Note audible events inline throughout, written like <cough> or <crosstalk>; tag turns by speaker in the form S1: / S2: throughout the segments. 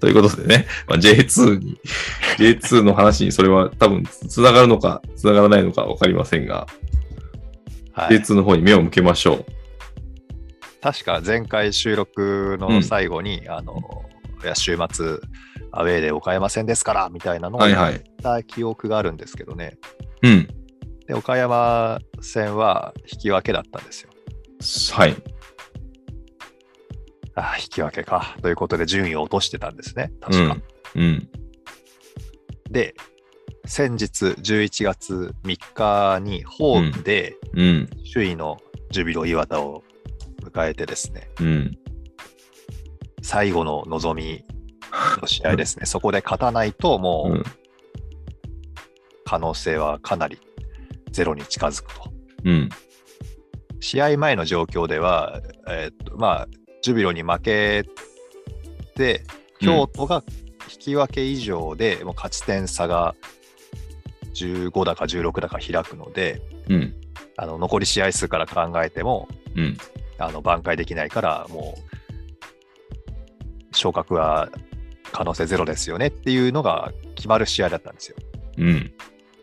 S1: という <laughs> ことでね、まあ、J2 に、J2 の話にそれは多分繋がるのか、繋がらないのか分かりませんが、
S2: はい、
S1: J2 の方に目を向けましょう。
S2: 確か前回収録の最後に、あのいや週末アウェーで岡山戦ですからみたいなのを
S1: はい
S2: 言っ
S1: はい。
S2: た記憶があるんですけどね、
S1: うん。
S2: で岡山戦は引き分けだったんですよ。
S1: はい。
S2: ああ引き分けかということで順位を落としてたんですね確
S1: う
S2: か。
S1: ん。うん。
S2: で先日11月3日にホームで
S1: うん。
S2: 首位のジュビロ磐田を迎えてですね、
S1: うん。
S2: 最後の望みの試合ですね、そこで勝たないと、も
S1: う。
S2: うん可能性はかなりゼロに近づくと。
S1: うん。
S2: 試合前の状況では、えーっとまあ、ジュビロに負けて、京都が引き分け以上で、もう勝ち点差が15だか16だか開くので、
S1: うん。
S2: あの残り試合数から考えても、
S1: うん。
S2: あの挽回できないから、もう昇格は可能性ゼロですよねっていうのが決まる試合だったんですよ。
S1: うん。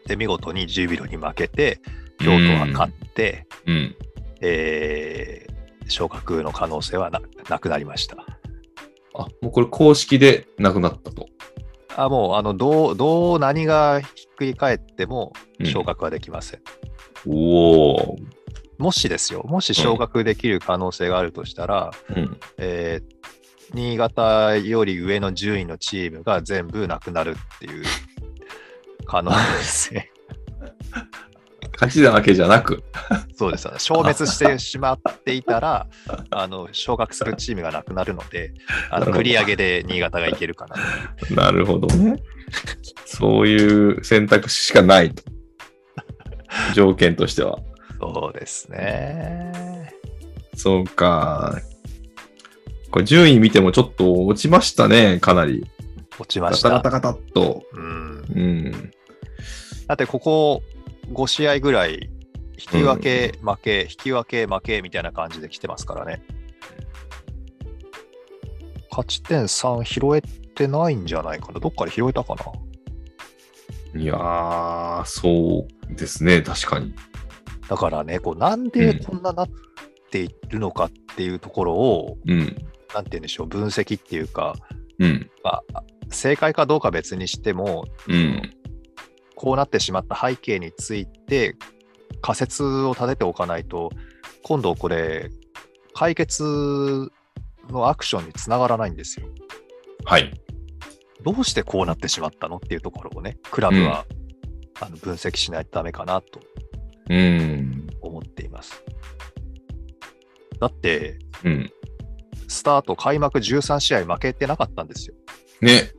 S2: で、見事に10ビロに負けて、京都は勝って、
S1: うん。
S2: えー昇格の可能性はななくなりました。
S1: あ、もうこれ公式でなくなったと。
S2: あもうあのどう、どう何がひっくり返っても
S1: うん
S2: 昇格はできません。
S1: おお。
S2: もしですよ、もし昇格できる可能性があるとしたら、
S1: うん。
S2: えー新潟より上の順位のチームが全部なくなるっていう可能
S1: <laughs>
S2: 性、
S1: 勝ちだわけじゃなく。
S2: そうですよね、消滅してしまっていたら、あの昇格するチームがなくなるので、あ
S1: なるほ
S2: の
S1: ど
S2: 繰り上げで新潟がいけるかな。
S1: なるほどね。そういう選択肢しかないと。条件としては。
S2: そうですね。
S1: そうか。これ順位見てもちょっと落ちましたね、かなり。
S2: 落ちま
S1: ガ
S2: し
S1: タガ
S2: た
S1: タ。ガタっと。
S2: うん、
S1: うん。
S2: だって、ここ5試合ぐらい、引き分け、負け、引き分け、負けみたいな感じで来てますからね。勝ち点3拾えてないんじゃないかな。どっかで拾えたかな。
S1: いやー、そうですね、確かに。
S2: だからね、こうなんでこんななっているのかっていうところを、
S1: うん。
S2: なんて言うんでしょう、分析っていうか、
S1: うん。
S2: まあ、正解かどうか別にしても、
S1: うん。
S2: こうなってしまった背景について仮説を立てておかないと今度これ解決のアクションにつながらないんですよ。
S1: はい。
S2: どうしてこうなってしまったのっていうところをねクラブは、あの分析しないとダメかなと
S1: うん。
S2: 思っています。だって
S1: うん。
S2: スタート開幕13試合負けてなかったんですよ。
S1: ね。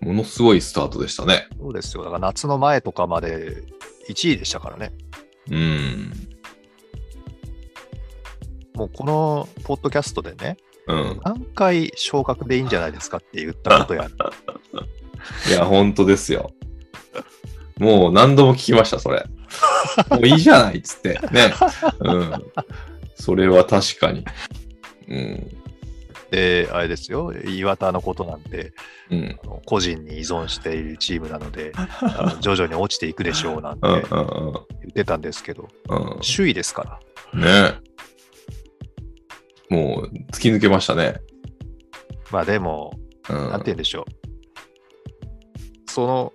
S1: ものすごいスタートでしたね。
S2: そうですよだから夏の前とかまで1位でしたからね。
S1: うん。
S2: もうこのポッドキャストでね
S1: うん。
S2: 何回昇格でいいんじゃないですかって言ったことや
S1: いや、本当ですよ。もう何度も聞きました、それ。もういいじゃないっつって。ね。うん。それは確かに。うん。
S2: で <laughs> あれですよ岩田のことなんて
S1: うん。
S2: あの個人に依存しているチームなのであの徐々に落ちていくでしょうなんて
S1: うん。うん。
S2: 言ってたんですけど
S1: うん。
S2: 首位ですから
S1: うん。ねもう、突き抜けましたね。
S2: まあでも
S1: うん。
S2: 何て言うんでしょうその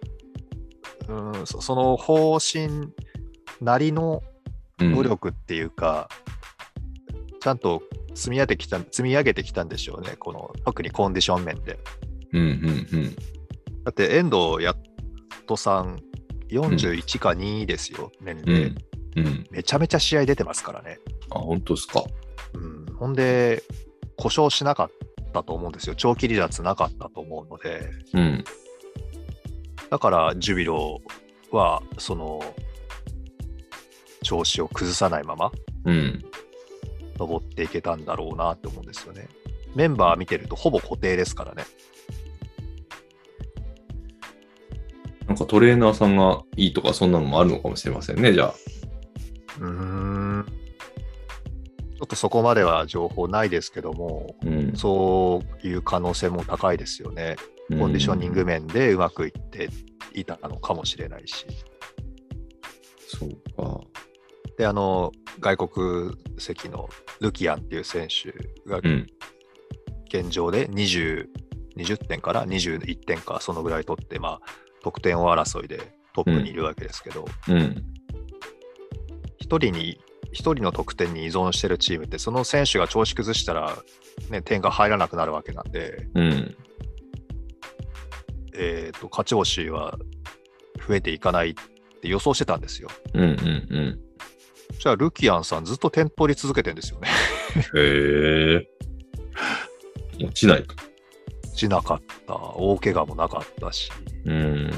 S2: うんそその方針なりの
S1: うん
S2: 努力っていうか、ちゃんと積み上げてきた積み上げてきたんでしょうねこの特にコンディション面で。
S1: うんうん
S2: だって遠藤やっとさん41か2ですよ、年
S1: うん。う
S2: 齢、
S1: ん。うん。
S2: めちゃめちゃ試合出てますからね、
S1: あ、本当ですか。
S2: うん、ほんで故障しなかったと思うんですよ長期離脱なかったと思うので
S1: うん。
S2: だからジュビロはその調子を崩さないまま
S1: うん。
S2: 登っていけたんだろうなって思うんですよねメンバー見てるとほぼ固定ですからね
S1: なんかトレーナーさんがいいとか、そんなのもあるのかもしれませんね、じゃあ。
S2: うーんちょっとそこまでは情報ないですけども、
S1: うん。
S2: そういう可能性も高いですよね。コンディショニング
S1: うん
S2: 面でうまくいっていたのかもしれないし。
S1: そうか。
S2: で、あの、外国籍のルキアンっていう選手が
S1: うん。
S2: 現状で20、20点から21点か、そのぐらい取って、まあ、得点王争いでトップにいるわけですけど、
S1: うん。
S2: 一人に、一人の得点に依存してるチームって、その選手が調子崩したら、ね、点が入らなくなるわけなんで、
S1: うん。
S2: えーと、勝ち星は増えていかないって予想してたんですよ。
S1: うん。うん。
S2: じゃあ、ルキアンさん、ずっと点取り続けてるんですよね。 <laughs>
S1: うん。へえ。 <laughs> 落ちないと。
S2: しなかった、大怪我もなかったし。
S1: うん。